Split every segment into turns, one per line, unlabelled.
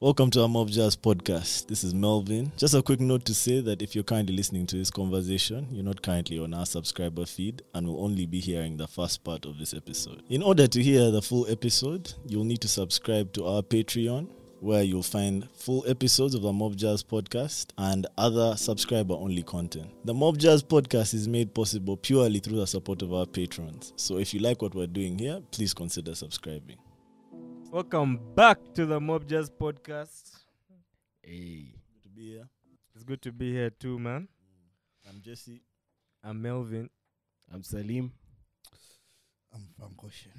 Welcome to Amov Jazz Podcast. This is Melvin. Just a quick note to say that if you're currently listening to this conversation, you're not currently on our subscriber feed and will only be hearing the first part of this episode. In order to hear the full episode, you'll need to subscribe to our Patreon, where you'll find full episodes of the Mob Jazz podcast and other subscriber only content. The Mob Jazz podcast is made possible purely through the support of our patrons. So if you like what we're doing here, please consider subscribing.
Welcome back to the Mob Jazz Podcast.
Hey.
Good to be here.
It's good to be here too, man.
I'm Jesse.
I'm Melvin.
I'm Salim.
I'm from Goshen.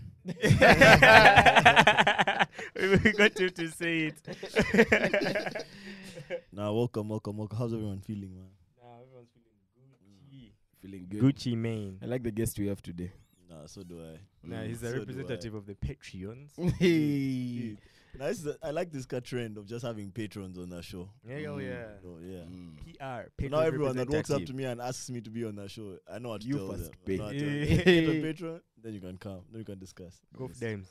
we got you to say it.
Now, welcome, welcome, welcome. How's everyone feeling, man?
Feeling
Mm.
good.
Gucci Mane.
I like the guest we have today.
Nah, so do I.
Nah, he's
So
a
do I. Mm.
representative of the Patreons.
hey.
Now, this is a, I like this kind of trend of just having patrons on that show.
Yeah, oh yeah.
So, yeah.
Mm.
PR.
So
Patron
now everyone that walks up
representative.
to me and asks me to be on that show, I know how to
You
tell them.
first
I
pay.
know how to tell them.
Yeah.
Get a patron, then you can come. Then we can discuss.
Go for them.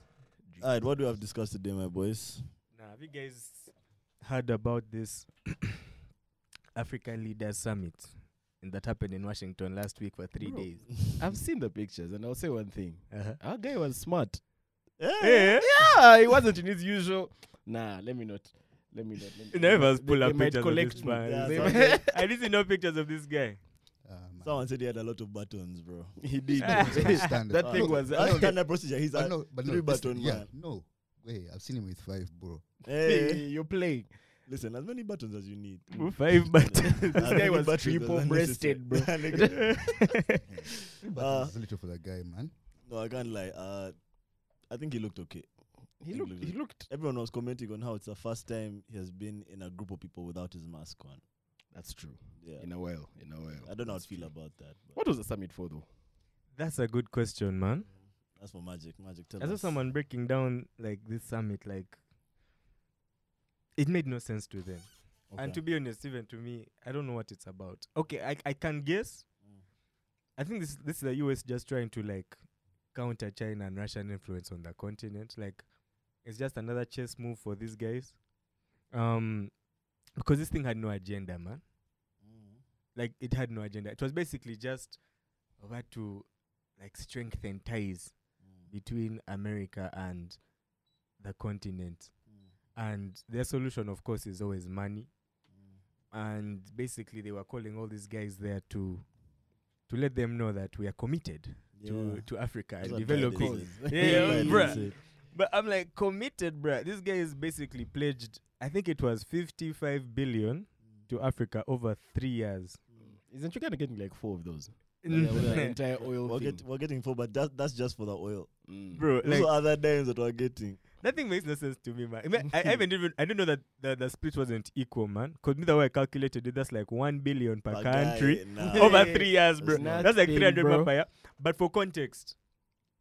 All right, what do we have discussed today, my boys?
Nah, have you guys heard about this African Leaders Summit and that happened in Washington last week for three
Bro.
days?
I've seen the pictures, and I'll say one thing.
Uh-huh. Eh?
Our guy was smart.
Hey.
Yeah, he wasn't in his usual. Nah, let me not. Let me not. Let me
None of us
they-
pull up
they might
pictures of
collect
this
me.
man.
Yeah,
They
some-
might-
I didn't know pictures of this guy.
Um,
Someone said he had a lot of buttons, bro.
he did.
understand
that
it.
thing
Okay.
was.
That's the kind of procedure. He's
I
like,
know, but no,
three
listen,
button
yeah,
man.
no. Wait, I've seen him with five, bro.
hey,
You're playing.
listen, as many buttons as you need.
Five buttons.
As
guy
many
was
buttons as
triple-breasted,
necessary. Nigga.
Three buttons
Uh,
is little for that guy, man.
no, I can't lie. Uh, I think he looked okay.
He
He
looked.
looked-
He looked.
Everyone was commenting on how it's the first time he has been in a group of people without his mask on.
That's true.
Yeah,
In a while. In a while.
I don't know how
That's
to feel
true.
about that. But Mm,
What was the summit for though?
That's a good question, man.
That's for magic. Magic. Tell
I saw
us.
someone breaking down like this summit, like it made no sense to them. And to be honest, even to me, I don't know what it's about. Okay, I I can guess.
Mm.
I think this this is the US just trying to like counter China and Russian influence on the continent. Like it's just another chess move for these guys. Um because this thing had no agenda, man.
Mm,
like it had no agenda. It was basically just over to like strengthen ties
mm,
between America and the continent. And their solution, of course, is always money. And basically, they were calling all these guys there to to let them know that we are committed
mm.
to to Africa and developing. Yeah, yeah, bruh. But I'm like committed, bruh. This guy is basically pledged. I think it was 55 billion to Africa over three years.
Isn't you kind of getting like four of those? Like, with the entire oil
We're,
thing.
get, we're getting four, but that, that's just for the oil.
Mm.
Bro,
Those
like,
are other dimes that we're getting.
That thing makes no sense to me, man. I, mean, I, I haven't even I don't know that the, the split wasn't equal, man. Cause me the way I calculated it, that's like one billion per
But guy,
country
nah.
over three years, bro.
It's not
That's like
big,
three hundred
bro.
man per year. But for context,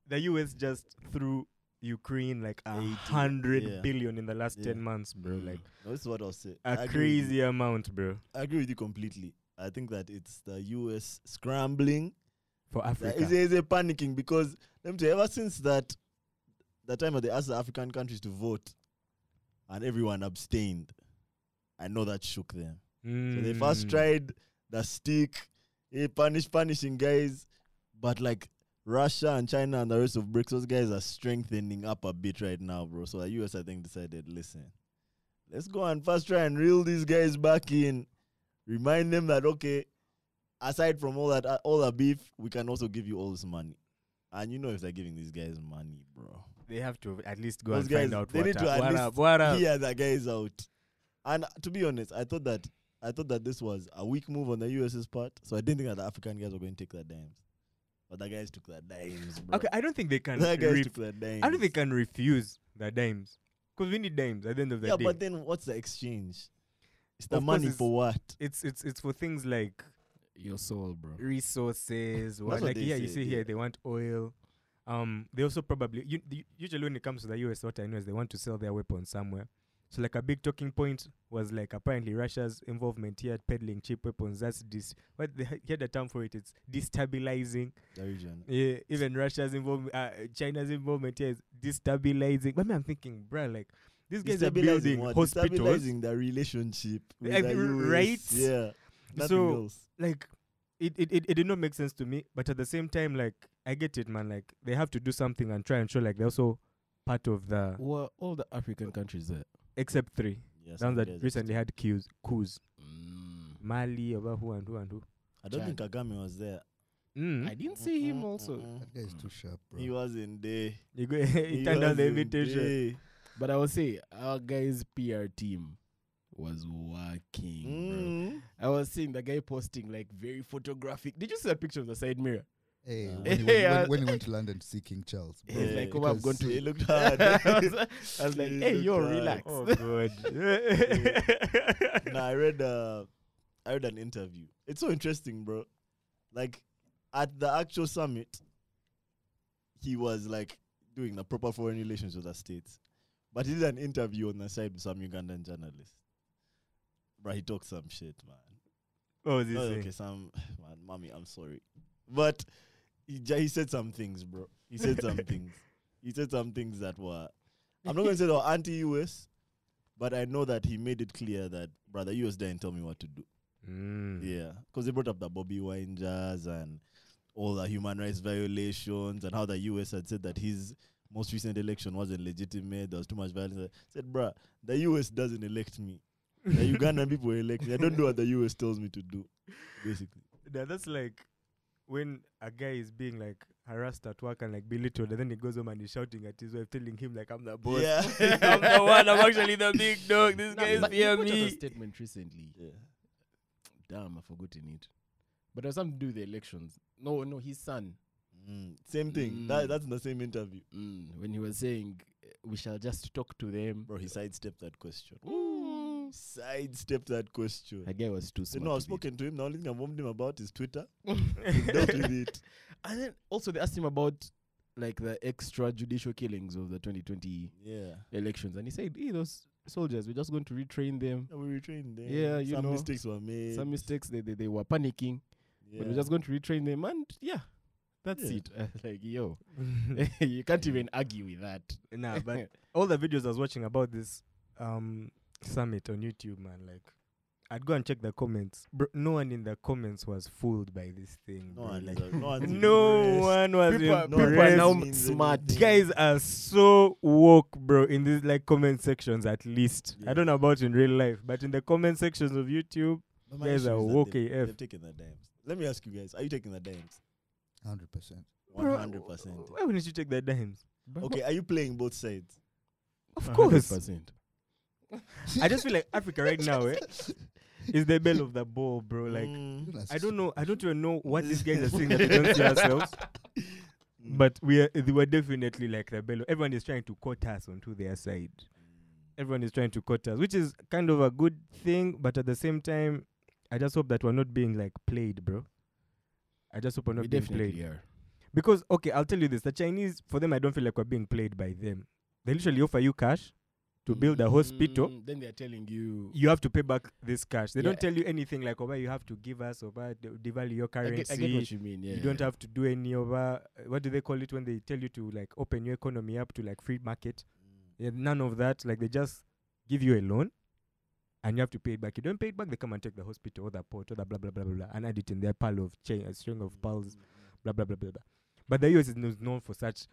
the US just threw Ukraine like a
80,
hundred
yeah.
billion in the last
Yeah.
ten months, bro.
Mm.
Like
No, this is what I'll say. I
a
agree with you.
crazy amount, bro,
I agree with you completely. I think that it's the US scrambling.
for
There
Africa.
is a, is a panicking because let me tell you, ever since that the time that they asked the African countries to vote and everyone abstained, I know that shook them. So they first
Mm.
tried the stick, hey, punish, punishing guys, but like Russia and China and the rest of BRICS, those guys are strengthening up a bit right now, bro. So the US, I think, decided, listen, let's go and first try and reel these guys back in, remind them that okay, aside from all that, uh, all the beef, we can also give you all this money. And you know, if they're giving these guys money, bro,
They have to at least go
Those
and
guys,
find out
they
what
need
up,
to at
what
least
up, what up.
here the guys out. And to be honest, I thought that I thought that this was a weak move on the US's part, so I didn't think that the African guys were going to take their dimes. But the guys took their dimes, bro.
Okay, I don't think they can
the guys
ref-
took their dimes.
I don't think they can refuse the dimes. Because we need dimes at the end of the
yeah,
day.
but then what's the exchange? It's the
Of course
money
it's-
for what?
it's it's it's for things like
Your soul, bro.
resources.
what
what, like
they
yeah, you
say,
see here
yeah.
they want oil. Um, they also probably you, the- usually when it comes to the US, what I know is they want to sell their weapons somewhere. So like a big talking point was like apparently Russia's involvement here peddling cheap weapons. That's dis what they he had a term for it. It's destabilizing.
The region.
Yeah, even Russia's involvement, uh, China's involvement here is destabilizing. But me, I'm thinking, bruh, like These guys are building
what?
hospitals.
Destabilizing the relationship with
Eh,
the US.
right?
Yeah. Nothing
So-
else.
Like, it, it, it, it did not make sense to me. But at the same time, like, I get it, man. Like, they have to do something and try and show, like, they're also part of the,
Were all the African countries there?
except three.
Yes,
The ones that
Nigeria is
recently had coups, coups.
Mm.
Mali, about who and who and who.
I don't think
Chad.
Kagame was there.
Mm.
Hmm?
I didn't see him also,
That guy is too sharp, bro.
He wasn't there.
You go, he turned down the
wasn't
invitation.
there.
but I will say our guy's PR team was working. bro.
Mm.
I was seeing the guy posting like very photographic. Did you see that picture of the side mirror?
Hey,
Uh,
when, he
Hey,
went,
uh,
when, when he went to London to see King Charles, bro,
Yeah,
He's like,
it
oh, I've
was-
gone to.
He looked
I
hard.
was I was like,
He
hey,
looked
yo,
hard.
relax.
Oh, good.
no, I read uh, I read an interview. It's so interesting, bro. Like at the actual summit, he was like doing the proper foreign relations with the states, but he did an interview on the side with some Ugandan journalist. Bro, he talked some shit, man.
what was he
Oh,
saying?
okay, some man, mommy, I'm sorry, but he, ja- he said some things, bro. He said some things. He said some things that were I'm not going to say they were anti-US, but I know that he made it clear that brother, US didn't tell me what to do.
Mm.
Yeah, because they brought up the Bobby Wine jazz and all the human rights violations and how the US had said that his most recent election wasn't legitimate. There was too much violence. I said, bruh, the US doesn't elect me. The Ugandan people elect me. I don't do what the US tells me to do, basically.
Tha- that's like when a guy is being like harassed at work and like belittled, and then he goes home and he's shouting at his wife, telling him like, "I'm the boss.
Yeah.
I'm the one. I'm actually the big dog. This
Nah,
guy's
but he
fear
put out a
me."
statement recently.
yeah.
Damn, I've forgotten it. But it was something to do with the elections. No, no, his son.
Mm. Same thing.
Mm.
That, that's in the same interview.
Mm, when he was saying, eh, we shall just talk to them.
Bro, he sidestepped that question.
Mm.
Sidestepped that question.
That guy was too
So
smart.
no, I've
with it.
spoken to him. The only thing I've warned him about is Twitter. He's dealt with it.
And then also they asked him about like the extrajudicial killings of the 2020
Yeah.
elections, and he said, "Hey, those soldiers, we're just going to retrain them.
We retrained them.
Yeah, you
Some
know,
mistakes were made.
Some mistakes they, they they were panicking,
Yeah.
but we're just going to retrain them, and yeah." That's
Yeah.
it. I was like, yo, you can't even argue with that.
nah, but all the videos I was watching about this um summit on YouTube, man, like. I'd go and check the comments. Bro, no one in the comments was fooled by this thing.
No
bro.
one,
like,
is a- no one's
no
impressed.
one was
People are-
No one
people are
impressed.
now
means
smart.
anything.
guys are so woke, bro, in these like comment sections at least. I
Yeah.
don't know about in real life, but in the comment sections of YouTube,
But my
guys
issue
are
is that
woke
they've-
AF.
They've taken the dimes. Let me ask you guys: Are you taking the dimes?
100%.
One hundred percent.
Why wouldn't you take the dimes?
Okay, are you playing both sides?
Of course.
100%.
I just feel like Africa right now eh, is the bell of the ball, bro. Like
Mm.
I don't know. I don't even know what these guys are saying that we don't see ourselves. But we are we were definitely like the bell. Everyone is trying to quote us onto their side. Everyone is trying to quote us, which is kind of a good thing, but at the same time, I just hope that we're not being like played, bro. I just hope we're not
we
being
definitely
played.
are.
Because okay, I'll tell you this: the Chinese, for them, I don't feel like we're being played by them. They literally offer you cash to build a hospital.
Mm, Then they're telling you.
You have to pay back this cash. They
Yeah.
don't tell you anything like, "Oba, you have to give us over devalue your
I
currency."
get, I get what you mean. Yeah,
You don't
yeah.
have to do any over. uh, What do they call it when they tell you to like open your economy up to like free market?
Mm.
Yeah, none of that. Like they just give you a loan, and you have to pay it back. You don't pay it back, they come and take the hospital or the port or the blah blah blah blah blah, and add it in their pile of chain, a string of piles
Mm-hmm.
blah blah blah blah blah. But the US is knows- known for such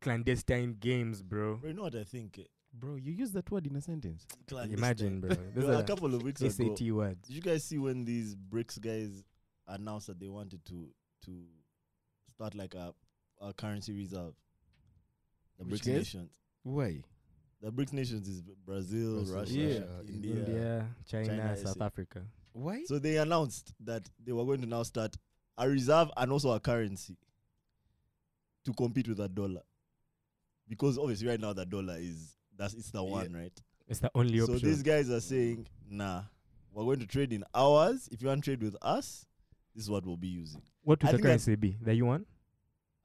clandestine games, bro.
Bro, you know what I think? eh?
Bro, you use that word in a sentence.
Clandestine.
Imagine, bro. Those
Bro,
are
a couple of weeks ago,
SAT words.
Did you guys see when these BRICS guys announced that they wanted to to start like a, a currency reserve? The
Which
BRICS
guys?
nations.
Why?
The BRICS nations is Brazil,
Brazil,
Russia,
Yeah.
India.
India, China,
China,
South
SA.
Africa.
Why?
So they announced that they were going to now start a reserve and also a currency to compete with the dollar, because obviously right now the dollar is that's it's the
Yeah.
one right.
It's the only
So
option.
these guys are saying, nah, we're going to trade in ours. If you want to trade with us, this is what we'll be using.
what would
I
the
think that's-
currency be? The yuan?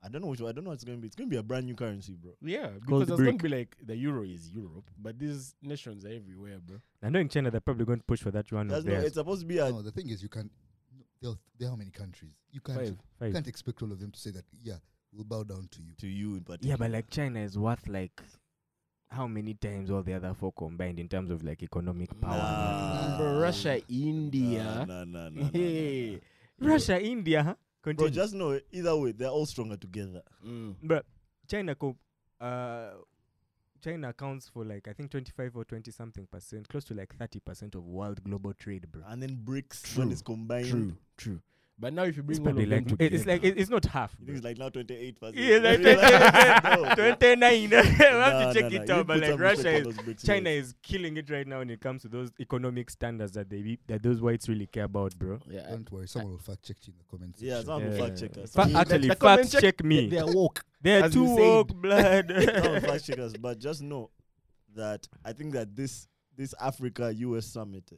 I don't know which one. I don't know what it's going to be. It's going to be a brand new currency, bro.
yeah,
called
because it's
brick.
going to be like the euro is Europe, but these nations are everywhere, bro.
I know in China they're probably going to push for that yuan
Mm,
of
That's no,
theirs.
it's supposed to be a.
No, the thing is, you can't. no, There are, there are how many countries? You can't,
Five.
you
Five.
can't expect all of them to say that, yeah, we'll bow down to you.
To you in particular.
Yeah, but like China is worth like how many times all the other four combined in terms of like economic power?
Nah.
Bro, Russia,
Nah,
India.
nah, nah, nah, nah, nah, nah.
hey.
Russia, India, huh?
Bro,
Continue.
just know either way, they're all stronger together.
Mm.
But China co- uh China accounts for like I think 25 or 20 something percent, close to like 30 percent of world global trade, bro.
And then BRICS,
True,
when it's combined,
True, true. But now if you
It's
bring all
probably
of them
like it- it's like
together-
it- it's not half.
I
bro.
think it's like now 28 percent.
Yeah, like 29. 29. I
Nah,
have to
nah,
check
nah.
it
You
out, but
put
like
some respect
Russia
on
is
those BRICS
China
mates.
is killing it right now when it comes to those economic standards that they that those whites really care about, bro.
yeah,
Don't worry, someone will fact check you in the comments.
Yeah,
section.
someone will
Yeah.
fact check us.
Fa-
Someone-
actually,
the comment
fact
check-
check, me.
they are woke.
They're
as we
too
said.
woke blood.
Someone will fact check us. But just know that I think that this this Africa US summit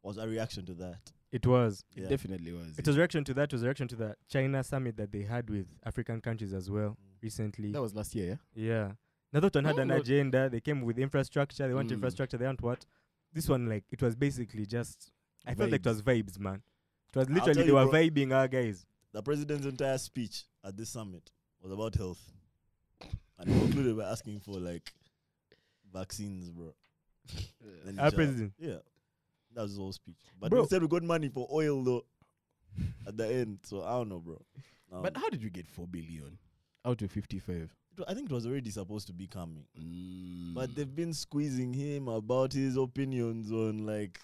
was a reaction to that.
it was.
Yeah.
Definitely was.
It was a reaction to that. It was a reaction to the China summit that they had with African countries as well recently.
that was last year, yeah.
Yeah. Now that one had an
No, no.
agenda. They came with infrastructure. They want
Mm.
infrastructure. They want what? This one, like, it was basically just. I felt like it
Vibes.
was vibes, man. It was
I'll
literally
tell
they
you,
were
bro.
vibing our guys.
The president's entire speech at this summit was about health. And he concluded by asking for like vaccines, bro. Then he
Our
just-
president.
Yeah. That was his whole speech. But
Bro.
instead we got money for oil though at the end. So I don't know, bro. Um, I don't
But
know.
how did we get four billion out of fifty-five?
It wa- I think it was already supposed to be coming.
Mm.
But they've been squeezing him about his opinions on like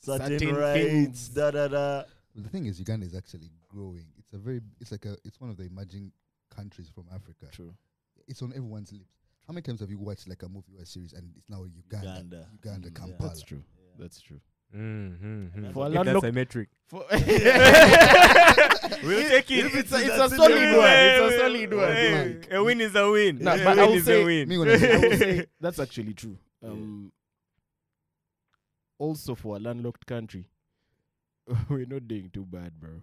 certain,
Certain
rights,
things.
da da da.
But the thing is, Uganda is actually growing. It's a very, it's like a, it's one of the emerging countries from Africa.
True.
It's on everyone's lips. How many times have you watched like a movie or a series and it's now Uganda, Uganda,
Uganda.
Mm,
yeah.
Kampala?
That's true. That's true.
Mm-hmm.
For a
landlocked-
that's a metric.
For
We'll take it.
It's, a, it's a
That's it.
solid
Yeah,
one. It's a
yeah,
solid
yeah.
one.
Hey, a win is a win.
Nah,
a
but I
win
will
is
say-
a win.
me when I say-
I will say that's actually true.
Yeah.
Um, Also, for a landlocked country, we're not doing too bad, bro.
Mm.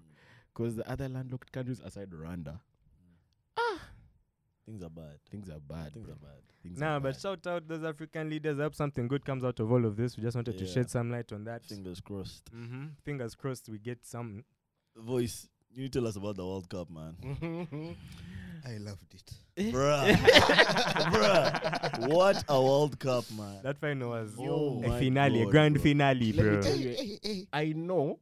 Because the other landlocked countries aside Rwanda,
Things are bad.
things are bad.
Things
bro.
are bad.
Things
Nah,
are
but
bad.
shout out those African leaders. I hope something good comes out of all of this. We just wanted to
Yeah.
shed some light on that.
Fingers crossed.
Mm-hmm. Fingers crossed we get some.
Voice, you need to tell us about the World Cup, man.
Mm.
I loved it.
Bruh. Bruh. What a World Cup, man.
That final was
Oh
a
my
finale,
God,
a grand
bro.
finale,
Let me
bro.
tell you, I know.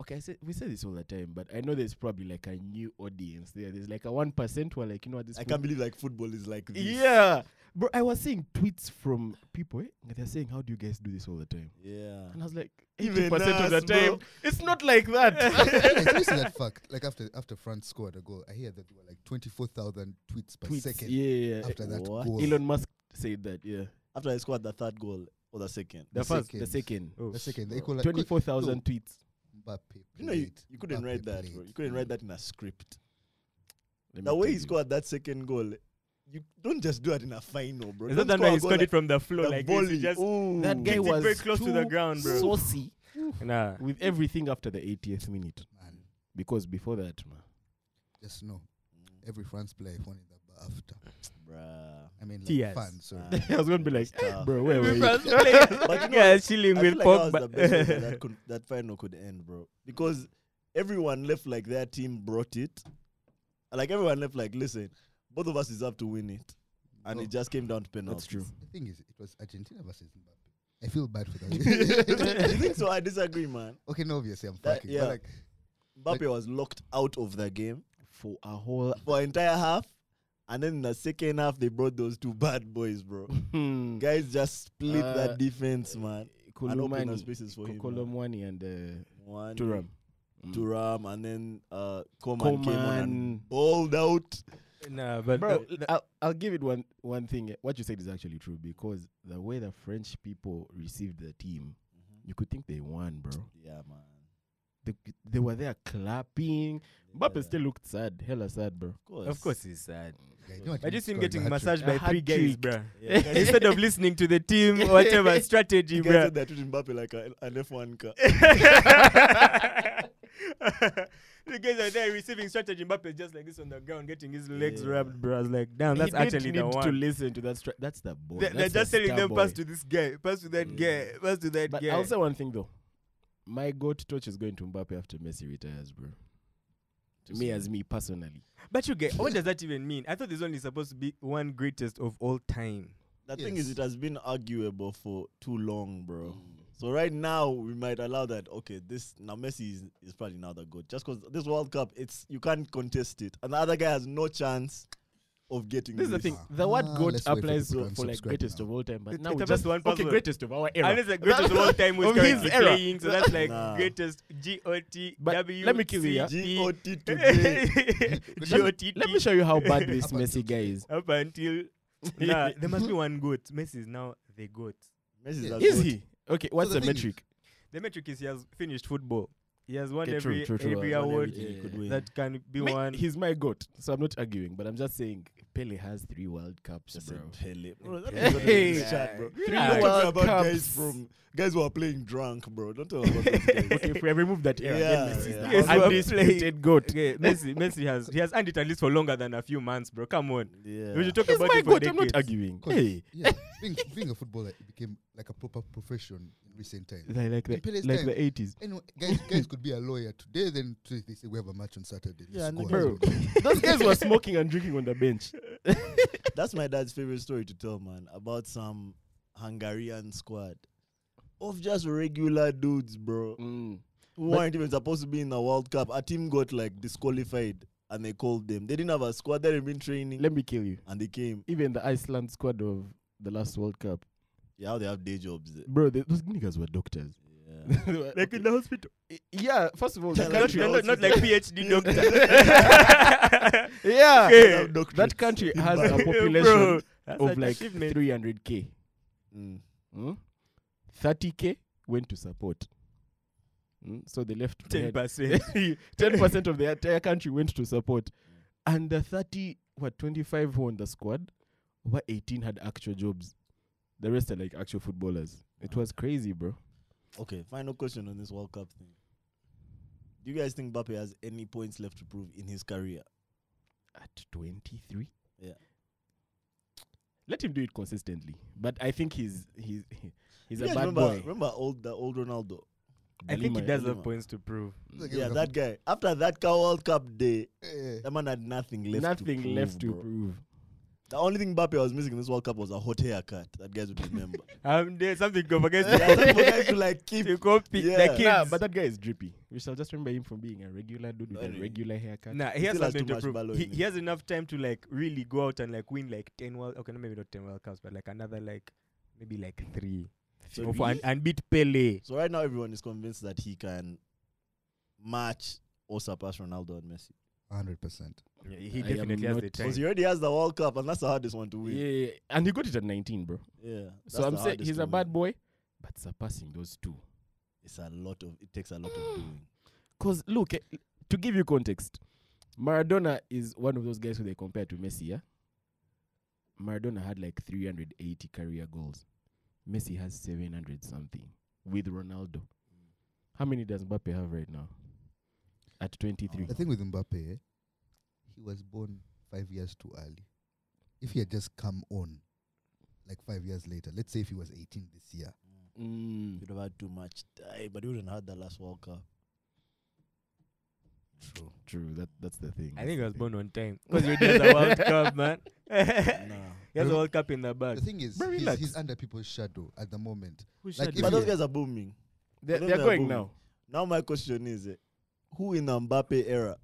Okay, I say, we say this all the time, but I know there's probably like a new audience there. There's like a one percent who are like, you know what, this.
I
football-
can't believe like football is like this.
Yeah, bro. I was seeing tweets from people. Eh? and They're saying, "How do you guys do this all the time?"
Yeah.
And I was like,
Even
eighty percent of the
us, bro. Eh.
time, it's not like that.
Hey, did you see that fact? Like after after France scored a goal, I hear that there were like twenty four thousand tweets per
Tweets,
second
yeah, yeah.
after that
What?
goal.
Elon Musk said that. Yeah,
After I scored the third goal or the second.
the, first, the
second.
second,
Oh.
The second, they call
twenty-four thousand tweets.
Mbappe.
You know, you,
played,
you couldn't
Mbappe
write that, bro.
played.
You couldn't write that in a script.
Let
The
me
way
tell
he
you.
scored that second goal, you don't just do it in a final, bro.
Is
Don't
that that
score
man
a
he
goal
scored
like
it from the floor
the
like this?
volley.
He just
Ooh.
That guy
Kicked it
was
very close to the
too
ground, bro.
Saucy
nah.
with everything after the 80th minute,
Man,
because before that, man.
just know every France player wanted that but after.
Bruh.
I mean, like
Tears.
fans. Sorry.
Ah,
I was gonna be
that's
like,
tough.
bro, where were
Every
you?
French player- guys chilling
I
with
feel like that was the best way that
Pogba.
that, could, that final could end, bro. Because everyone left like their team brought it. Like everyone left like, listen, both of us is up to win it, and
Oh.
No,
it just came down to penalties.
That's true.
The thing is, it was Argentina versus Mbappe. I feel bad for that.
you think so? I disagree, man.
okay, no, obviously I'm
That-
fucking.
yeah.
But like,
Mbappe was locked out of the game
For a whole.
for entire half, and then in the second half they brought those two bad boys, bro.
Hmm.
Guys just split
Uh,
that defense, man. And open up
Kulumani,
spaces for him. man.
Kolomwani, and uh,
One,
Turam.
Turam, and then uh, Coman, came on
Coman.
and balled out.
Nah, but
Bro,
the- the-
I'll, I'll give it one one thing. What you said is actually true because the way the French people received the team, you could think they won, bro.
Yeah, man.
They, they were there clapping. Mbappe
Yeah.
still looked sad, hella sad, bro.
of course he's sad.
yeah, you know what,
I just him
scoring
getting
a hat-trick.
massaged by
A
three guys,
hat-trick.
bro.
Yeah, guys-
Instead of listening to the team, whatever strategy,
You guys
bro.
said they're treating Mbappe like a, an F1 car.
the guys are there receiving strategy. Mbappe is just like this on the ground, getting his legs
Yeah.
rubbed, bro. I was like, damn, that's
He didn't
actually
need
the
to
one.
listen to that. Stra- that's the boy.
They- They're
That's the
just telling
star
them,
boy.
pass to this guy, pass to that guy, pass to that
But
guy.
I'll say one thing though. My goat touch is going to Mbappe after Messi retires, bro. To me, as me personally,
But you get what does that even mean? I thought there's only supposed to be one greatest of all time.
The thing is,
Yes.
it has been arguable for too long, bro.
Mm.
So right now we might allow that. Okay, this now Messi is, is probably now the good. Just because this World Cup, it's you can't contest it, and the other guy has no chance of getting.
This is the thing. The word
Ah,
"goat"
let's wait for
applies
this
for,
one.
for like
Subscribe
greatest
now.
of all time, but
It's-
now
it's
we
just
just
one
okay,
password.
greatest of our era.
And it's the greatest of all time who's
Of his
currently
era.
playing. So that's like
Nah.
greatest G O T
But
W. E.
let me kill you, yeah?
G O T today.
O T.
Let me show you how bad this
Up until
Messi guy is.
Up until nah, there must be one goat. Messi is now the goat.
Messi
Yeah.
the
Is
goat.
he okay? What's
the
the
thing is-
metric?
The metric is he has finished football. He has won
Okay, true,
every
true, true.
every
Won
award
everything he could
win.
that can be
Me-
won.
He's my goat, so I'm not arguing, but I'm just saying Pele has three World Cups,
Just
bro.
said Pele. Bro, that
Pele.
is what it is,
Hey.
chat, bro.
Three
Don't talk
World
about guys
Cups.
from guys who are playing drunk, bro. Don't talk about those guys.
okay, if we remove that era,
Yeah,
then Messi's
yeah.
the
Yes,
we're
undisputed goat.
Okay, Messi, Messi has he has earned it at least for longer than a few months, bro. Come on,
Yeah.
we should talk
He's
about
my
it for
goat. I'm not
decades.
arguing.
'Cause,
Hey,
yeah, being, being a footballer it became like a proper profession in recent times.
like like
In
the
Pele's
like
time.
the eighties.
Anyway, guys, guys could be a lawyer today. Then today they say we have a match on Saturday. Let's
Yeah, and the
go
guys
and
would-
do it."
Those guys were smoking and drinking on the bench.
That's my dad's favorite story to tell, man, about some Hungarian squad of just regular dudes, bro,
Mm.
who
But-
weren't even supposed to be in the World Cup. A team got like disqualified, and they called them. They didn't have a squad. They hadn't been training,
Let me kill you.
and they came.
Even the Iceland squad of the last World Cup,
Yeah, how they have day jobs. eh.
bro, they, those niggas were doctors.
Yeah.
They were-
Like in the hospital,
I- yeah, first of all, the
Not-
not,
country.
Country
not, not like PhD
doctor.
doctor.
yeah,
Okay.
They have doctorates.
that country
In
has
Bali.
a population
Bro, that's
of
an
like
achievement.
300k.
Mm.
Hmm? 30k went to support. Hmm? So they left
ten
behind-
percent.
10% of the entire country went to support. And the 30, what, 25 who were on the squad, over 18 had actual jobs. The rest are like actual footballers. It was crazy, bro.
Okay, final question on this World Cup thing. Do you guys think Mbappe has any points left to prove in his career?
At 23?
Yeah.
Let him do it consistently. But I think he's he's he's
You
a
guys
bad
remember,
boy.
remember old the old Ronaldo?
I think he
Balima-
does have
Balima.
points to prove.
Like,
Yeah,
it was a
that guy. After that Cow World Cup day,
Eh,
that man had nothing left.
Nothing
to prove,
left to
bro.
prove.
The only thing Mbappe was missing in this World Cup was a hot haircut. That guys would remember.
Um, there's something go against
yeah, that's for guys to like keep.
to copy
Yeah.
the
Nah,
kids.
Nah, but that guy is drippy. We shall just remember him from being a regular dude with
Anyway.
a regular haircut.
Nah, he has
still has too
something to
much
prove.
balloon
He,
in
he
him.
has enough time to like really go out and like win like ten world. Okay, no, maybe not ten World Cups, but like another like maybe like three
So
or
we-
four, and, and beat Pele.
so right now everyone is convinced that he can match or surpass Ronaldo and Messi.
100%.
Yeah, he
I am
definitely has
not-
the time.
Because he already has the World Cup, and that's the hardest one to
Yeah,
win. Yeah.
yeah, yeah. and he got it at 19, bro. So
that's
I'm
the
saying
hardest
he's
to
a bad
win.
boy, but surpassing those two.
It's a lot of. It takes a lot of doing.
Because look, eh, to give you context, Maradona is one of those guys who they compare to Messi. Yeah, Maradona had like 380 career goals. Messi has 700 something with Ronaldo.
Mm.
How many does Mbappe have right now? At 23.
The thing with Mbappe, eh, he was born five years too early. If he had just come on like five years later, let's say if he was 18 this year,
Mm.
You'd have had too much time, but you wouldn't have had the last World Cup. True.
True. That that's the thing.
I think I was born on time because he has a World Cup, man. Eh,
nah.
He has a
Bro,
World Cup in the
the
bag.
thing is,
Bro,
he's,
relax.
he's under people's shadow at the moment.
Who's
like, if
But
you-
those guys are booming.
they're,
Those
they're
guys are
going
booming.
now.
Now my question is, eh, who in the Mbappe era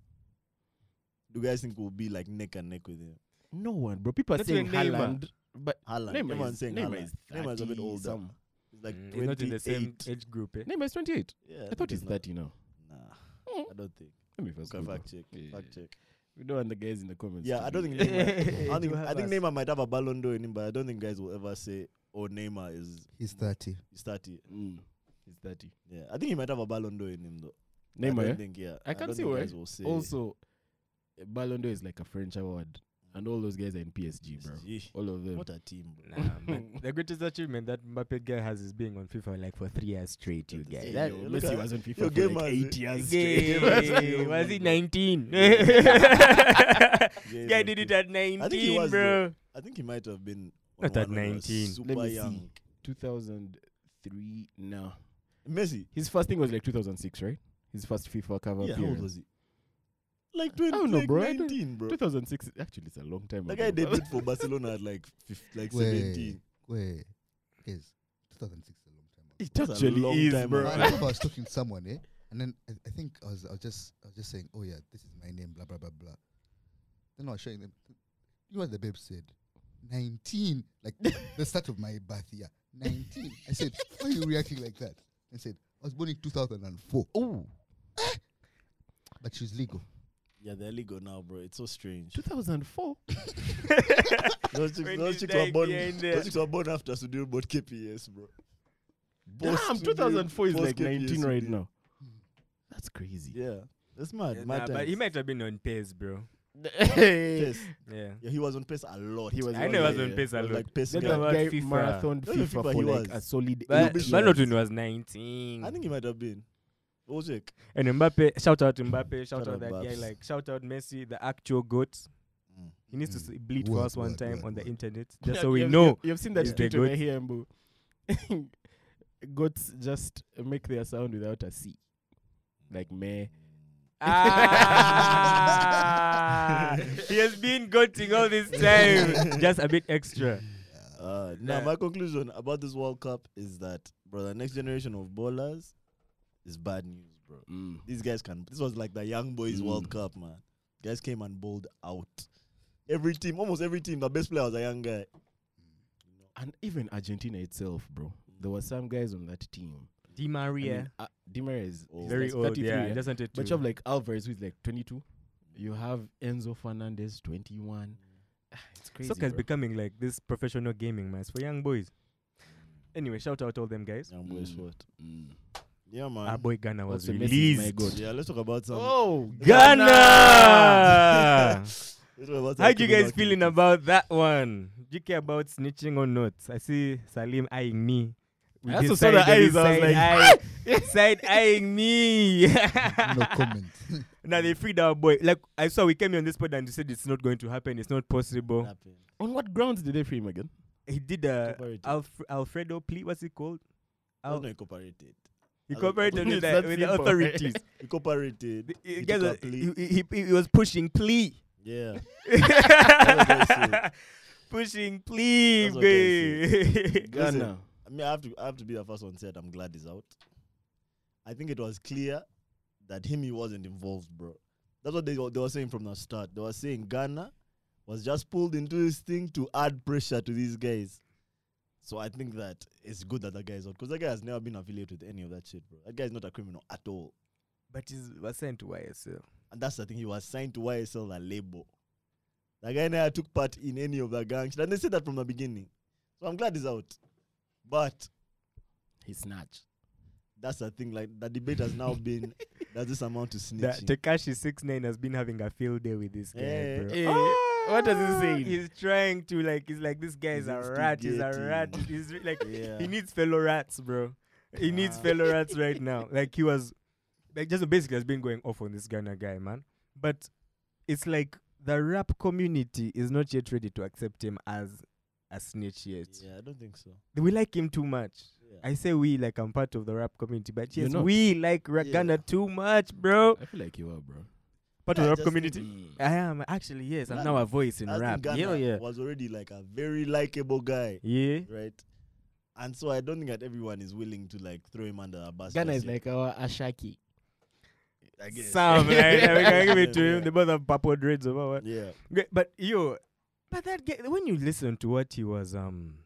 do you guys think will be like neck and neck with him?
No one, bro. People are
That's
saying
when Neymar-
Haaland, but
Haaland.
Neymar
Everyone's
is,
saying
Neymar
Haaland.
is,
Neymar's a bit
30
older.
some.
He's like
Mm, he's
28.
not in the same age group. Eh?
Neymar's 28.
Yeah,
I thought he's
not-
30 now.
Nah, I don't think.
Let me first
Okay,
Google.
fact check.
Yeah.
Fact check.
We don't want the guys in the comments.
Yeah,
to
I don't
be-
think Neymar. I,
You
don't think,
have
I think
us.
Neymar might have a Ballon d'Or in him, but I don't think guys will ever say, "Oh, Neymar is
He's 30.
he's 30."
Mm. He's 30.
Yeah, I think he might have a Ballon d'Or in him though. I
Neymar,
don't
yeah?
think, yeah.
I can't
don't
see
think
why.
guys will say
Also, eh, Ballon d'Or is like a French award. And all those guys are in PSG, bro.
PSG.
All of them.
What a team, bro.
Nah, man. the greatest achievement that Mbappe guy has is being on FIFA like for three years straight, you
That's
guys.
it.
That
Yo, look
Messi
at-
was on FIFA
your
for
game
like
has-
eight years
Gay.
straight.
Gay.
was he 19?
Yeah,
Guy
yeah,
did it
true.
at 19,
I think he was,
bro.
I think he might have been on
Not at
one when he was
19.
Super
Let me see.
young.
2003, no.
Messi.
His first thing was like 2006, right? His first FIFA cover
Yeah, how old
appearance.
was he? Like 20,
don't know,
like
bro. I don't-
19, bro.
2006, actually, it's a long time
The
ago.
guy debuted for Barcelona at like fif- like
Wait.
17.
Kwe, guys, 2006 is a long time ago.
It
That's a
actually
long
is,
time
bro.
I
ago.
remember I was talking to someone, eh? And then I, I think I was, I was just I was just saying, oh yeah, this is my name, blah blah blah blah. Then I was showing them. You know what the babe said? Nineteen, like the start of my birth year. Nineteen. I said, why are you reacting like that? I said, I was born in two thousand and four, Eh?
Oh,
but she's legal.
Yeah, they're legal now, bro. It's so strange.
2004.
those chicks,
When
those
did
chicks were
they
born.
get there?
Those chicks were born after Sudir bought KPS, bro. Boss
Damn,
Sudir
2004 is
bought
like 19
KPS,
right
dude.
now. That's crazy.
Yeah, that's mad.
Yeah,
mad
nah, but
times.
he might have been on pace, bro.
Pace.
Yeah.
Yeah, he was on pace a lot.
He was
I on know he was pace. on pace a
He was
lot.
Like pace
That
guy.
guy-
guy
FIFA.
marathon
Don't you
FIFA
FIFA
for
he
like
was?
a solid
But
eight
Bishop.
Balotelli
Yes.
was 19.
I think he might have been. What was it?
and Mbappe, shout out to Mbappe, shout
Shout out
out that guy,
Mbappes.
like shout out Messi, the actual goat.
Hmm.
He needs
Mm.
to s- bleed for
Word,
us one
word,
time
word,
on the
word.
internet,
Yeah,
just so we
you've-
know.
you've- You've seen that
Yeah.
tweet
They're
over
good.
here, Mbu. Goats just make their sound without a C. Like meh.
ah, he has been goating all this time, just a bit extra.
Uh, now,
Yeah.
my conclusion about this World Cup is that, bro, the next generation of bowlers is bad news, bro. These guys can. This was like the Young Boys World
Mm.
Hmm.
Cup, man. Guys came and bowled out. Every team, almost every team, the best player was a young guy.
And even Argentina itself, bro. There were some guys on that team.
Di
I
Maria,
mean, uh, Di Maria is
Oh.
is
very
like
old,
33,
yeah.
eh?
Just wanted to.
But you have like Alvarez who's like 22. You have Enzo Fernandez 21. Ah, It's crazy.
Soccer is
bro.
becoming like this professional gaming, man. It's for young boys. Anyway, shout out all them guys.
Young Boys
Mm.
what?
Mm.
Hmm. Yeah, man.
Our Ah, boy Ghana was
Also, Messi is my
released.
God.
Yeah, let's talk about some.
Oh,
Ghana.
let's talk about some
How do
criminal
you guys
activities.
feeling about that one? Do you care about snitching or not? I see Salim eyeing me. with
I also
his
saw the
side- his
eyes, I was
side
like,
eye- side eyeing me.
no comment.
Now they freed our boy. Like I saw, we came here on this pod and you said it's not going to happen. It's not possible.
Happened.
On what grounds did they free him again?
He did a
Cooperated.
Alf- Alfredo plea. What's it called?
Al-
Al-
no, incorporated.
he
Al-
cooperated with
It's
the,
that
with the
simple.
authorities.
Incorporated.
The- he,
He
guys
took a
was-
plea.
he- he- he was pushing plea.
Yeah. guys
pushing plea.
That's what guys
guy.
Listen,
Ghana.
I mean, I have to, I have to be the first one said I'm glad he's out. I think it was clear that him he wasn't involved, bro. That's what they were, they were saying from the start. They were saying Ghana was just pulled into this thing to add pressure to these guys. So I think that it's good that that guy is out because that guy has never been affiliated with any of that shit, bro. That guy is not a criminal at all,
But he was sent to YSL.
and that's the thing. He was signed to YSL, a label. That guy never took part in any of the gang shit, and they said that from the beginning. So I'm glad he's out, but
He snatched.
that's the thing. Like the debate has now been does this amount to
That
snitching?
Takashi six nine has been having a field day with this guy,
Eh,
bro. Ah!
eh, what does he say?
He's trying to like he's like this guy is a rat, he's a rat.
Investigating.
He's re- like
Yeah.
he needs fellow rats, bro. He needs
Ah.
fellow rats right now. Like he was like just basically has been going off on this Ghana guy, man. But it's like the rap community is not yet ready to accept him as a snitch yet.
yeah, I don't think so.
We like him too much.
Yeah.
I say we like I'm part of the rap community, but
You're
yes,
not.
we like ra-
Yeah.
Ghana too much, bro.
I feel like you are, bro.
Part
Yeah,
of the
just
rap
think
community.
Mm.
I am actually yes. I'm
That-
now a voice in
I
rap.
think Ghana
Yeah, yeah,
was already like a very likable guy,
yeah.
right? And so I don't think that everyone is willing to like throw him under a bus.
Ghana
per
is
se,
like our Ashaki.
I guess.
Sam, right? we can give it to
Yeah.
him. They both have purple dreads over what?
Yeah,
Great, but yo, but that guy, when you listen to what he was um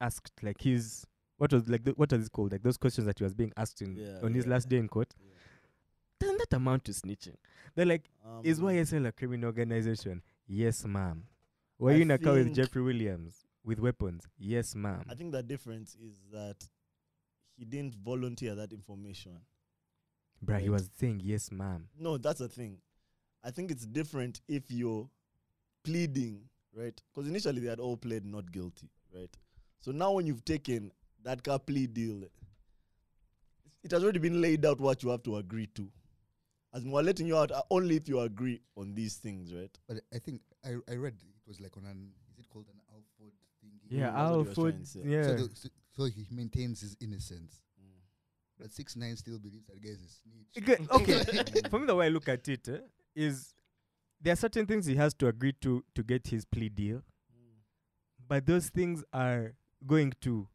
asked, like his what was like the, what was it called? Like those questions that he was being asked in
Yeah,
on his
yeah.
last day in court.
Yeah.
Doesn't that amount to snitching? They're like,
um,
is YSL a criminal organization? Yes, ma'am. Were
I
you in a car with
think-
Jeffrey Williams with weapons? Yes, ma'am.
I think the difference is that he didn't volunteer that information.
Bruh, he was saying yes, ma'am.
No, that's the thing. I think it's different if you're pleading, right? Because initially they had all pled not guilty, right? So now when you've taken that car plea deal, it has already been laid out what you have to agree to. As in, we're letting you out uh, only if you agree on these things, right?
but I think I, I read it was like on an is it called an Alford thingy?
Yeah,
that's what
our
he was
food.
trying to say.
Yeah.
So, the, so, so he maintains his innocence,
Mm-hmm.
but six nine still believes that guy is a snitch.
Okay, okay. for me the way I look at it eh, is there are certain things he has to agree to to get his plea deal, but those things are going to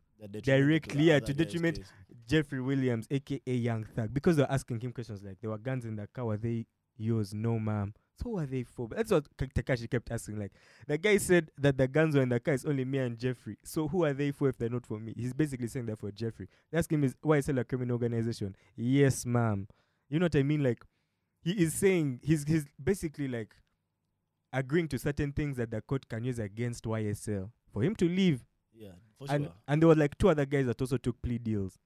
Directly, yeah, to detriment- Jeffrey Williams, aka Young Thug, because they're asking him questions like, "There were guns in the car. Were they yours? No, ma'am. So who are they for?" But that's what K- Takashi kept asking. Like the guy said that the guns were in the car. It's only me and Jeffrey. So who are they for if they're not for me? He's basically saying that for Jeffrey. They ask him, "Is why is it a criminal organization?" Yes, ma'am. You know what I mean? Like he is saying he's he's basically like agreeing to certain things that the court can use against YSL for him to leave
Yeah, for
and
sure.
and there were like two other guys that also took plea deals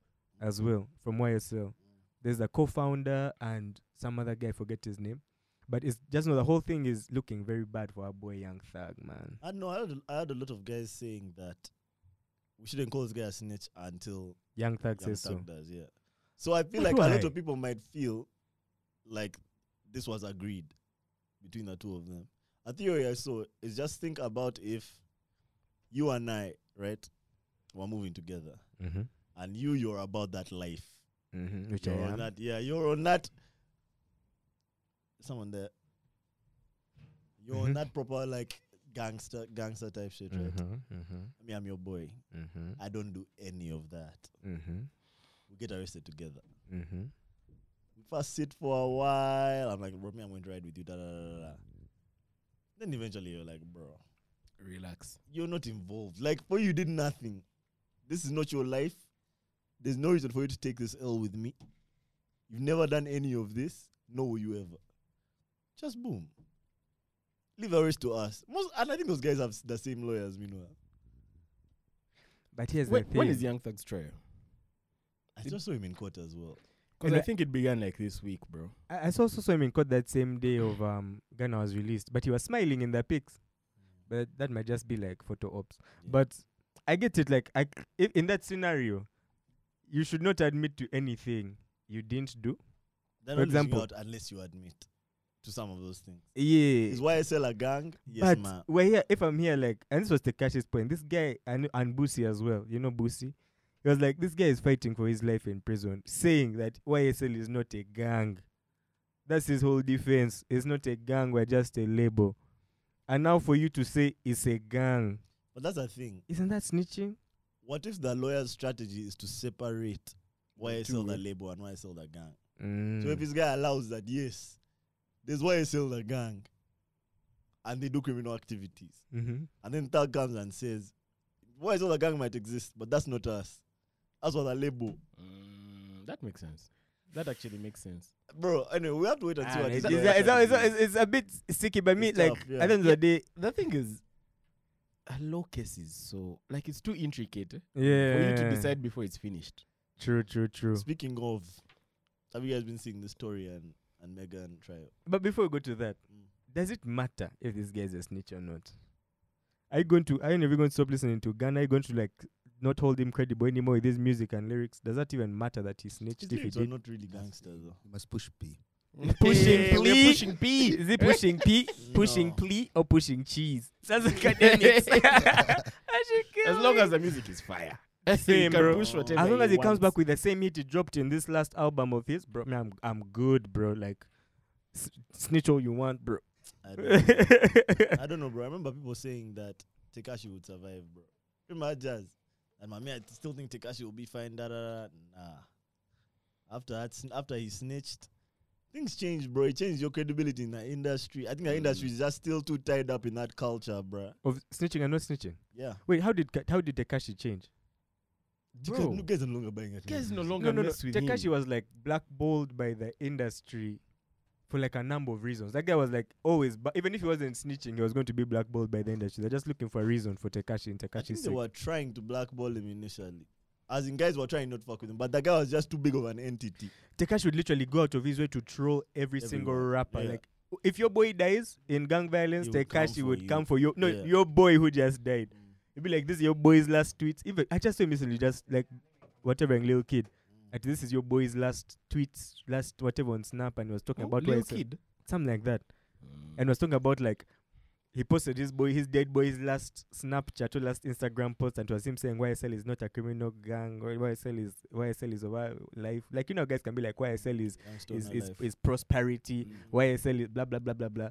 as well from YSL. There's a co-founder and some other guy, forget his name. But it's just know the whole thing is looking very bad for our boy Young Thug, man.
I know. I heard, I heard a lot of guys saying that we shouldn't call this guy a snitch until
Young Thug
Young
says so.
Thug does. Yeah. So I feel
But
like a lot
why?
of people might feel like this was agreed between the two of them. A theory I oh, saw is just think about if you and I, right, were moving together,
Mm-hmm.
and you, you're about that life.
Mm-hmm. Which I
You're on
am.
that. Yeah, you're on that. Someone there. You're on
Mhm.
that proper like gangster, gangster type shit, right?
Mm-hmm.
Me, I'm your boy. I don't do any of that.
Mm-hmm.
We get arrested together.
Mm-hmm.
We first sit for a while. I'm like, bro, me, I'm going to ride with you. Da, da, da, da, da. Then eventually you're like, bro,
Relax.
you're not involved. Like, for you did nothing. This is not your life. There's no reason for you to take this L with me. You've never done any of this, nor will you ever. Just boom. Leave the rest to us. Most, and I think those guys have s- the same lawyers, meanwhile.
But here's
When,
the thing.
when is Young Thug's trial?
I
Did-
just saw him in court as well.
Because
Is
I
it-
think it began like this week, bro.
I, I saw also saw him in court that same day of um Ghana was released, but he was smiling in the pics. But that might just be like photo ops.
Yeah.
But I get it. Like I, c- i- in that scenario, you should not admit to anything you didn't do.
They're
For
not losing
example-
out unless you admit to some of those things.
Yeah.
Is YSL a gang? Yes,
but
ma'am.
we're here. If I'm here, like, and this was Tekashi's point. This guy and and Boosie as well. You know Boosie. He was like, this guy is fighting for his life in prison, saying that YSL is not a gang. That's his whole defense. It's not a gang. We're just a label. And now for you to say it's a gang,
But that's the thing.
isn't that snitching?
What if the lawyer's strategy is to separate YSL
Two, Hmm.
the
eh?
label and YSL the gang? So if
Mm.
this guy allows that, yes, there's YSL the gang, and they do criminal activities,
Mm-hmm.
and then Thug comes and says, YSL the gang might exist, but that's not us. That's what the label,
Mm, that makes sense. That actually makes sense.
bro. Anyway, we have to wait and see
Ah,
what
is
his
that-
it's,
lawyer
a, it's, a, it's, a,
strategy is.
it's, it's a bit sticky, but me,
It's
like,
tough, yeah.
at the end of the day,
The thing is, a law case is so like it's too intricate eh,
yeah.
for you to decide before it's finished.
True, true, true.
Speaking of, have you guys been seeing the story and and Megan trial?
But before we go to that,
Mm.
does it matter if this guy is a snitch or not? Are you going to, are you never going to stop listening to Ghana? Are you going to, like, not hold him credible anymore with his music and lyrics? Does that even matter that he snitched
His
if he
lyrics are
did?
not really gangsters though.
You must push P.
Pushing
Eh,
Yeah, we're
plea.
pushing P.
Is it pushing P, pushing
No.
plea, or pushing cheese? Sounds like academics. I should kill
As long
him.
as the music is fire,
Same,
you can
bro.
push whatever.
as long as
you
he comes
want.
back with the same hit he dropped in this last album of his, bro, man, I'm I'm good, bro. Like, s- snitch all you want, bro.
I don't know.
yeah,
I don't know, bro. I remember people saying that Tekashi would survive, bro. Remember Jazz? And my man, I still think Tekashi will be fine. Da, da, da. Nah. After that, sn- after he snitched, things changed, bro. It changed your credibility in the industry. I think the industry is just still too tied up in that culture, bro.
of snitching and not snitching.
Yeah.
Wait, how did Ka- how did Tekashi change?
Because
Bro.
no guys are no longer buying it.
Guys Mm. no longer
No, no, no.
mess with
Tekashi
him.
was like blackballed by the industry for like a number of reasons. That guy was like always, but even if he wasn't snitching, he was going to be blackballed by the industry. They're just looking for a reason for Tekashi and
I think
Tekashi's
they
sake.
were trying to blackball him initially. As in, guys were trying not to fuck with him, but the guy was just too big of an entity.
Tekashi would literally go out of his way to troll every single
Everyone,
rapper.
yeah.
Like, if your boy dies in gang violence,
He would come
Tekashi
for
would
you.
come for you. No,
Yeah. Mm.
your boy who just died. It'd be like, this is your boy's last tweet. Even I just saw him recently, just like whatever, little kid.
Mm.
At this is your boy's last tweet, last whatever on Snap, and he was talking
Oh,
about
Lil
YSL.
Kid.
something like that,
Mm.
and was talking about like he posted his boy, his dead boy's last Snapchat or last Instagram post, and it was him saying YSL is not a criminal gang, or YSL is YSL is over life. Like you know, guys can be like YSL is
Gangster
is
on
is,
life.
is prosperity,
Mm.
YSL is blah blah blah blah blah.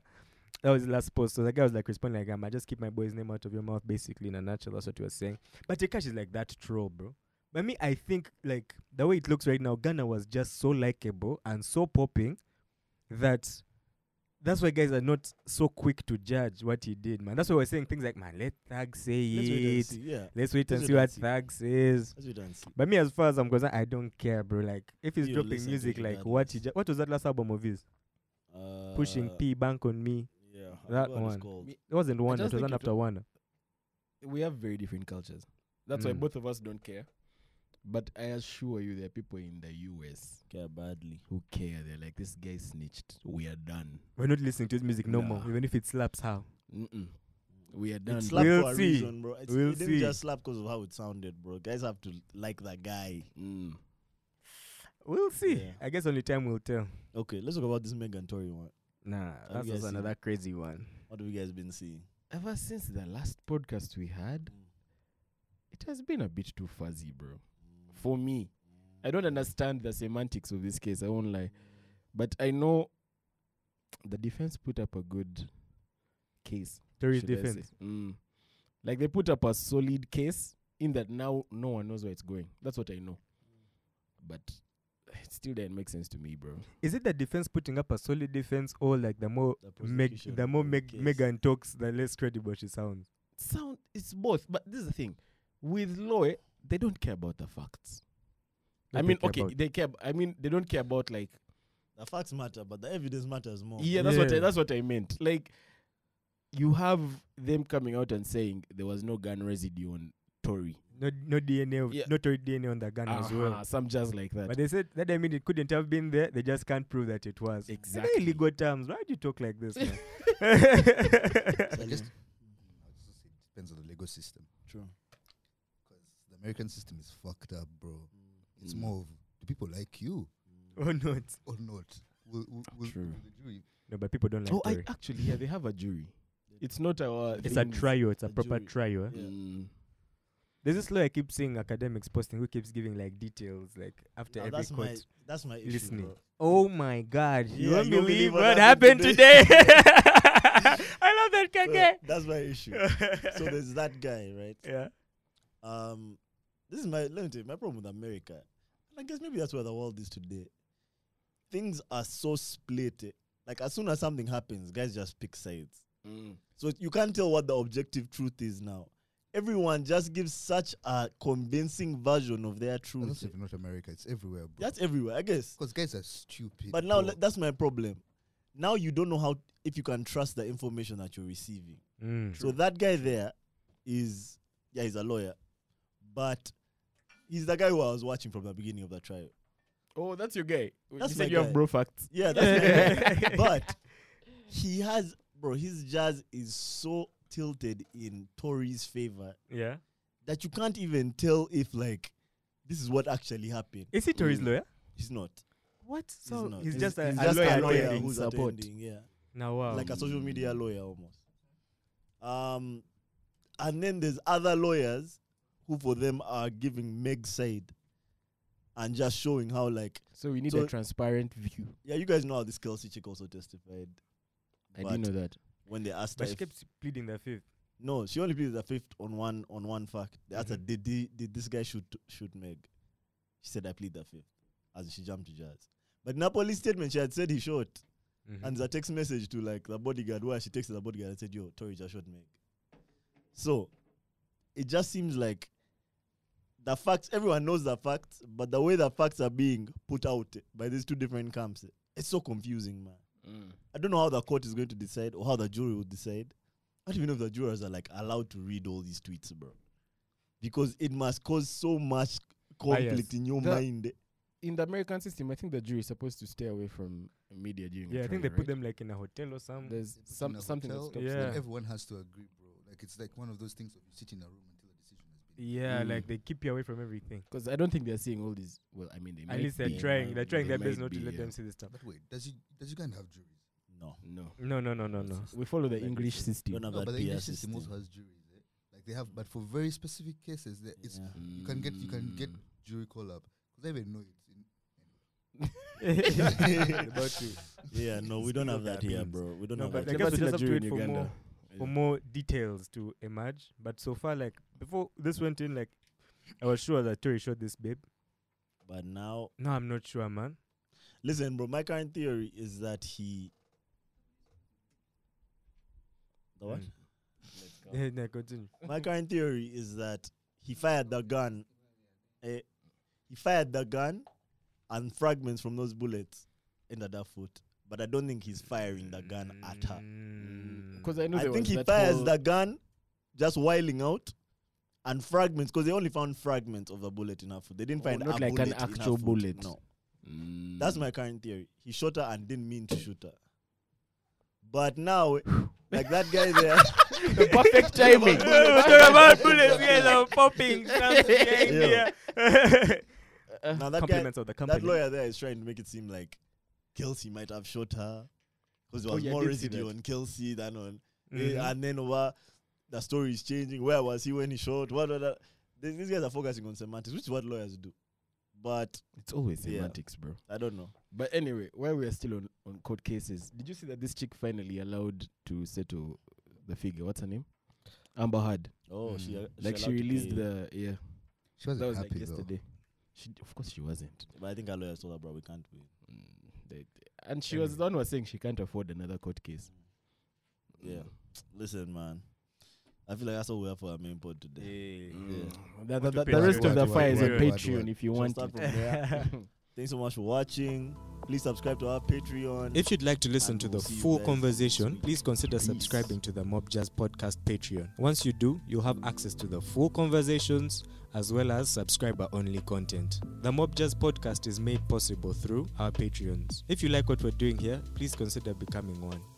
that was his last post. So the guy was like responding like, "I'm just keep my boy's name out of your mouth," basically in a nutshell. That's what he was saying. But Tekashi is like that troll, bro. But me, I think like the way it looks right now, Ghana was just so likable and so popping that that's why guys are not so quick to judge what he did, man. That's why we're saying things like, "Man, let Thug say
Let's wait and
it.
see. Yeah.
Let's wait and
Let's
see
wait
what
and see."
Thug says."
Let's wait and see.
But me, as far as I'm concerned, I don't care, bro. Like, if he's
You
dropping
listen to
music,
it
like what he
regardless.
ju- what was that last album of his?
Uh,
Pushing P Bank on me.
Yeah. I
that
forgot what it's
one.
called.
Me-
It wasn't one. It
just
was
think
one
you
after
don't-
one.
we have very different cultures. That's why
Mm.
both of us don't care. But I assure you, there are people in the US
Care badly.
who care. They're like, this guy snitched. We are done.
We're not listening to his music no more,
Nah.
even if it slaps. How?
Mm-mm. We are done.
It slapped
We'll
for a
see.
reason, bro. It's,
We'll
it didn't
see.
just slap because of how it sounded, bro. Guys have to like that guy.
Mm.
We'll see.
Yeah.
I guess only time will tell.
Okay, let's talk about this Megan Tory one.
Nah,
that's
that's
you also guys
also
seen another
another crazy one.
What have you guys been seeing?
Ever since the last podcast we had, it has been a bit too fuzzy, bro. For me, I don't understand the semantics of this case. I won't lie. But I know the defense put up a good case.
Tory's
should I say.
defense.
Mm. Like they put up a solid case in that now no one knows where it's going. That's what I know. But it still didn't make sense to me, bro.
Is it the defense putting up a solid defense, or like the more
The
Meg,
prosecution
the more
of the
Meg,
case.
Megan talks, the less credible she sounds?
Sound it's both, but this is the thing. With Loe, they don't care about the facts. I
What they
mean,
care
okay,
about.
they care. ab- I mean, they don't care about like.
The facts matter, but the evidence matters more.
Yeah, that's what I,
Yeah.
that's what I meant. Like, you have them coming out and saying there was no gun residue on Tory.
No, no DNA, of
Yeah.
no Tory DNA on the gun as well.
Uh-huh, Some just like that.
But they said that I mean it couldn't have been there. They just can't prove that it was. In
exactly.
illegal terms. Why do you talk like this? man?
I
Tell
just,
me.
I just say it depends on the legal system.
True.
Because the American system is fucked up, bro. It's
Mm.
more of do people like you
or not?
or not? Will, will, will,
True.
will the jury
No, but people don't like
oh, I,
Tory.
actually, yeah, they have a jury. It's not our.
It's a
things.
trial. It's a
the
proper
jury.
trial. eh?
Yeah.
Mm.
There's this lawyer I keep seeing academics posting who keeps giving like details like after
Now,
every
that's
court.
my that's my issue,
listening.
bro.
Oh my God! You
Yeah,
won't
you won't
believe
believe
what,
what
happened
happened
today. I love that
So,
kake.
That's my issue. so there's that guy, right?
yeah.
Um, this is my let me tell you my problem with America, and I guess maybe that's where the world is today. Things are so split. eh. Like as soon as something happens, guys just pick sides.
Mm.
So you can't tell what the objective truth is now. Everyone just gives such a convincing version of their
I don't
truth.
say if not America, it's everywhere, bro.
That's everywhere, I guess.
because guys are stupid.
But now
bro.
le- that's my problem. Now you don't know how if you can trust the information that you're receiving.
Mm.
So that guy there is yeah, he's a lawyer, but he's the guy who I was watching from the beginning of the trial.
Oh, that's your guy. You
That's
said
my
you
guy.
have bro facts.
Yeah, that's my guy. But he has bro, his jazz is so tilted in Tory's favor
yeah.
that you can't even tell if like this is what actually happened.
Is he Tory's
Mm.
lawyer?
He's not.
What?
He's
So
not.
he's, just a,
he's
a
just
lawyer.
a lawyer
attending.
who's
Support.
attending, yeah.
Now wow.
like a social media
Mm.
lawyer almost. Um, and then there's other lawyers who, for them, are giving Meg's side and just showing how, like,
So we need
So-
a transparent view.
yeah, you guys know how this Kelsey chick also testified
I
But-
didn't know that.
when they asked her.
but she
if-
kept pleading the fifth.
no, she only pleaded the fifth on one on one fact. They asked her,
Mm-hmm.
did,
Mhm.
the, did this guy shoot shoot Meg? She said, I plead the fifth, as she jumped to jazz. But in her police statement, she had said he shot, and there's a text message to like the bodyguard where she texted the bodyguard and said, "Yo, Tori just shot Meg." So it just seems like the facts. Everyone knows the facts, but the way the facts are being put out eh, by these two different camps, eh, it's so confusing, man. I don't know how the court is going to decide or how the jury will decide. I don't even know if the jurors are like allowed to read all these tweets, bro, because it must cause so much conflict
Bias.
in your
The-
mind. eh.
In the American system, I think the jury is supposed to stay away from media during. a
Yeah, I think
trial,
they
right?
put them like in a hotel or something.
There's
They put in
some
a
something that
hotel,
stops
Yeah.
them.
and everyone has to agree, bro. Like it's like one of those things of you sit in a room until the decision has been.
Yeah,
Mm.
like they keep you away from everything.
Because I don't think they're seeing all these. Well, I mean, they
At
might
least they're
be,
trying.
might-
They're trying
they
their best
might
not to
be,
let
yeah.
them see this stuff.
But wait, does you does you have juries?
No,
No,
No, no, no, no, no.
we follow the
Like
English
it's-
system.
don't have
No,
that
but the
peer
English system
system.
also has juries. Eh? Like they have, but for very specific cases, there it's
Yeah.
you can get- you can get-
Mm.
jury call up. Because I even know it. In,
About to.
Yeah, no, we don't
Speaking
have
of
that
their
here,
beans.
bro. We don't
No,
have
but
that.
I
here.
guess
Never
we
seen
just
a
have to
Jew in
wait for
Uganda.
more for more details to emerge. But so far, like before this went in, like I was sure that Tori shot this babe.
But now,
No, I'm not sure, man.
listen, bro. My current theory is that he. The what?
Mm. Yeah, no, continue.
my current theory is that he fired the gun. eh, he fired the gun, and fragments from those bullets ended her foot. But I don't think he's firing the gun
Mm.
at her.
Because I know
I
Mm. there
think
was
he
that
fires
whole-
the gun, just whiling out, and fragments because they only found fragments of a bullet in her foot. They didn't
Oh,
find
not
a
like
bullet
an
in her
actual
foot.
bullet.
No,
Mm.
that's my current theory. He shot her and didn't mean to shoot her. But now, like that guy there,
the perfect timing.
about bullets, guys are popping.
Yeah. now that guy,
Compliments of the
that
company.
lawyer there is trying to make it seem like Kelsey might have shot her because there
Oh,
was
yeah, I
more
did see
residue
that. Mm-hmm.
on Kelsey than on Eh,
Mhm.
and then over the story is changing. Where was he when he shot? What other? These these guys are focusing on semantics, which is what lawyers do. But
It's always
Yeah.
semantics, bro.
I don't know.
But anyway, while we are still on, on court cases, did you see that this chick finally allowed to settle the figure? What's her name? Amber Heard.
Oh, she
Mm.
uh,
like she
allowed to
released
pay.
the yeah.
She wasn't
That was
happy
like
though.
yesterday. She, of course, she wasn't.
But I think our lawyers told her, bro, we can't win.
Mm, they- and she was the one who was saying she can't afford another court case.
Yeah.
Mm.
Listen, man, I feel like that's all we have for our main pod today.
Mm. The,
What to
the, the, the
Patreon,
rest of
what
the
to-
fire is on
what to-
Patreon if you
Shall
want
start
it.
from there. Thanks so much for watching. Please subscribe to our Patreon.
If you'd like to listen
And
to
we'll
the
see you
full
guys next
conversation,
week.
please consider
Peace.
subscribing to the Mob Jazz Podcast Patreon. Once you do, you'll have access to the full conversations as well as subscriber only content. The Mob Jazz Podcast is made possible through our Patreons. If you like what we're doing here, please consider becoming one.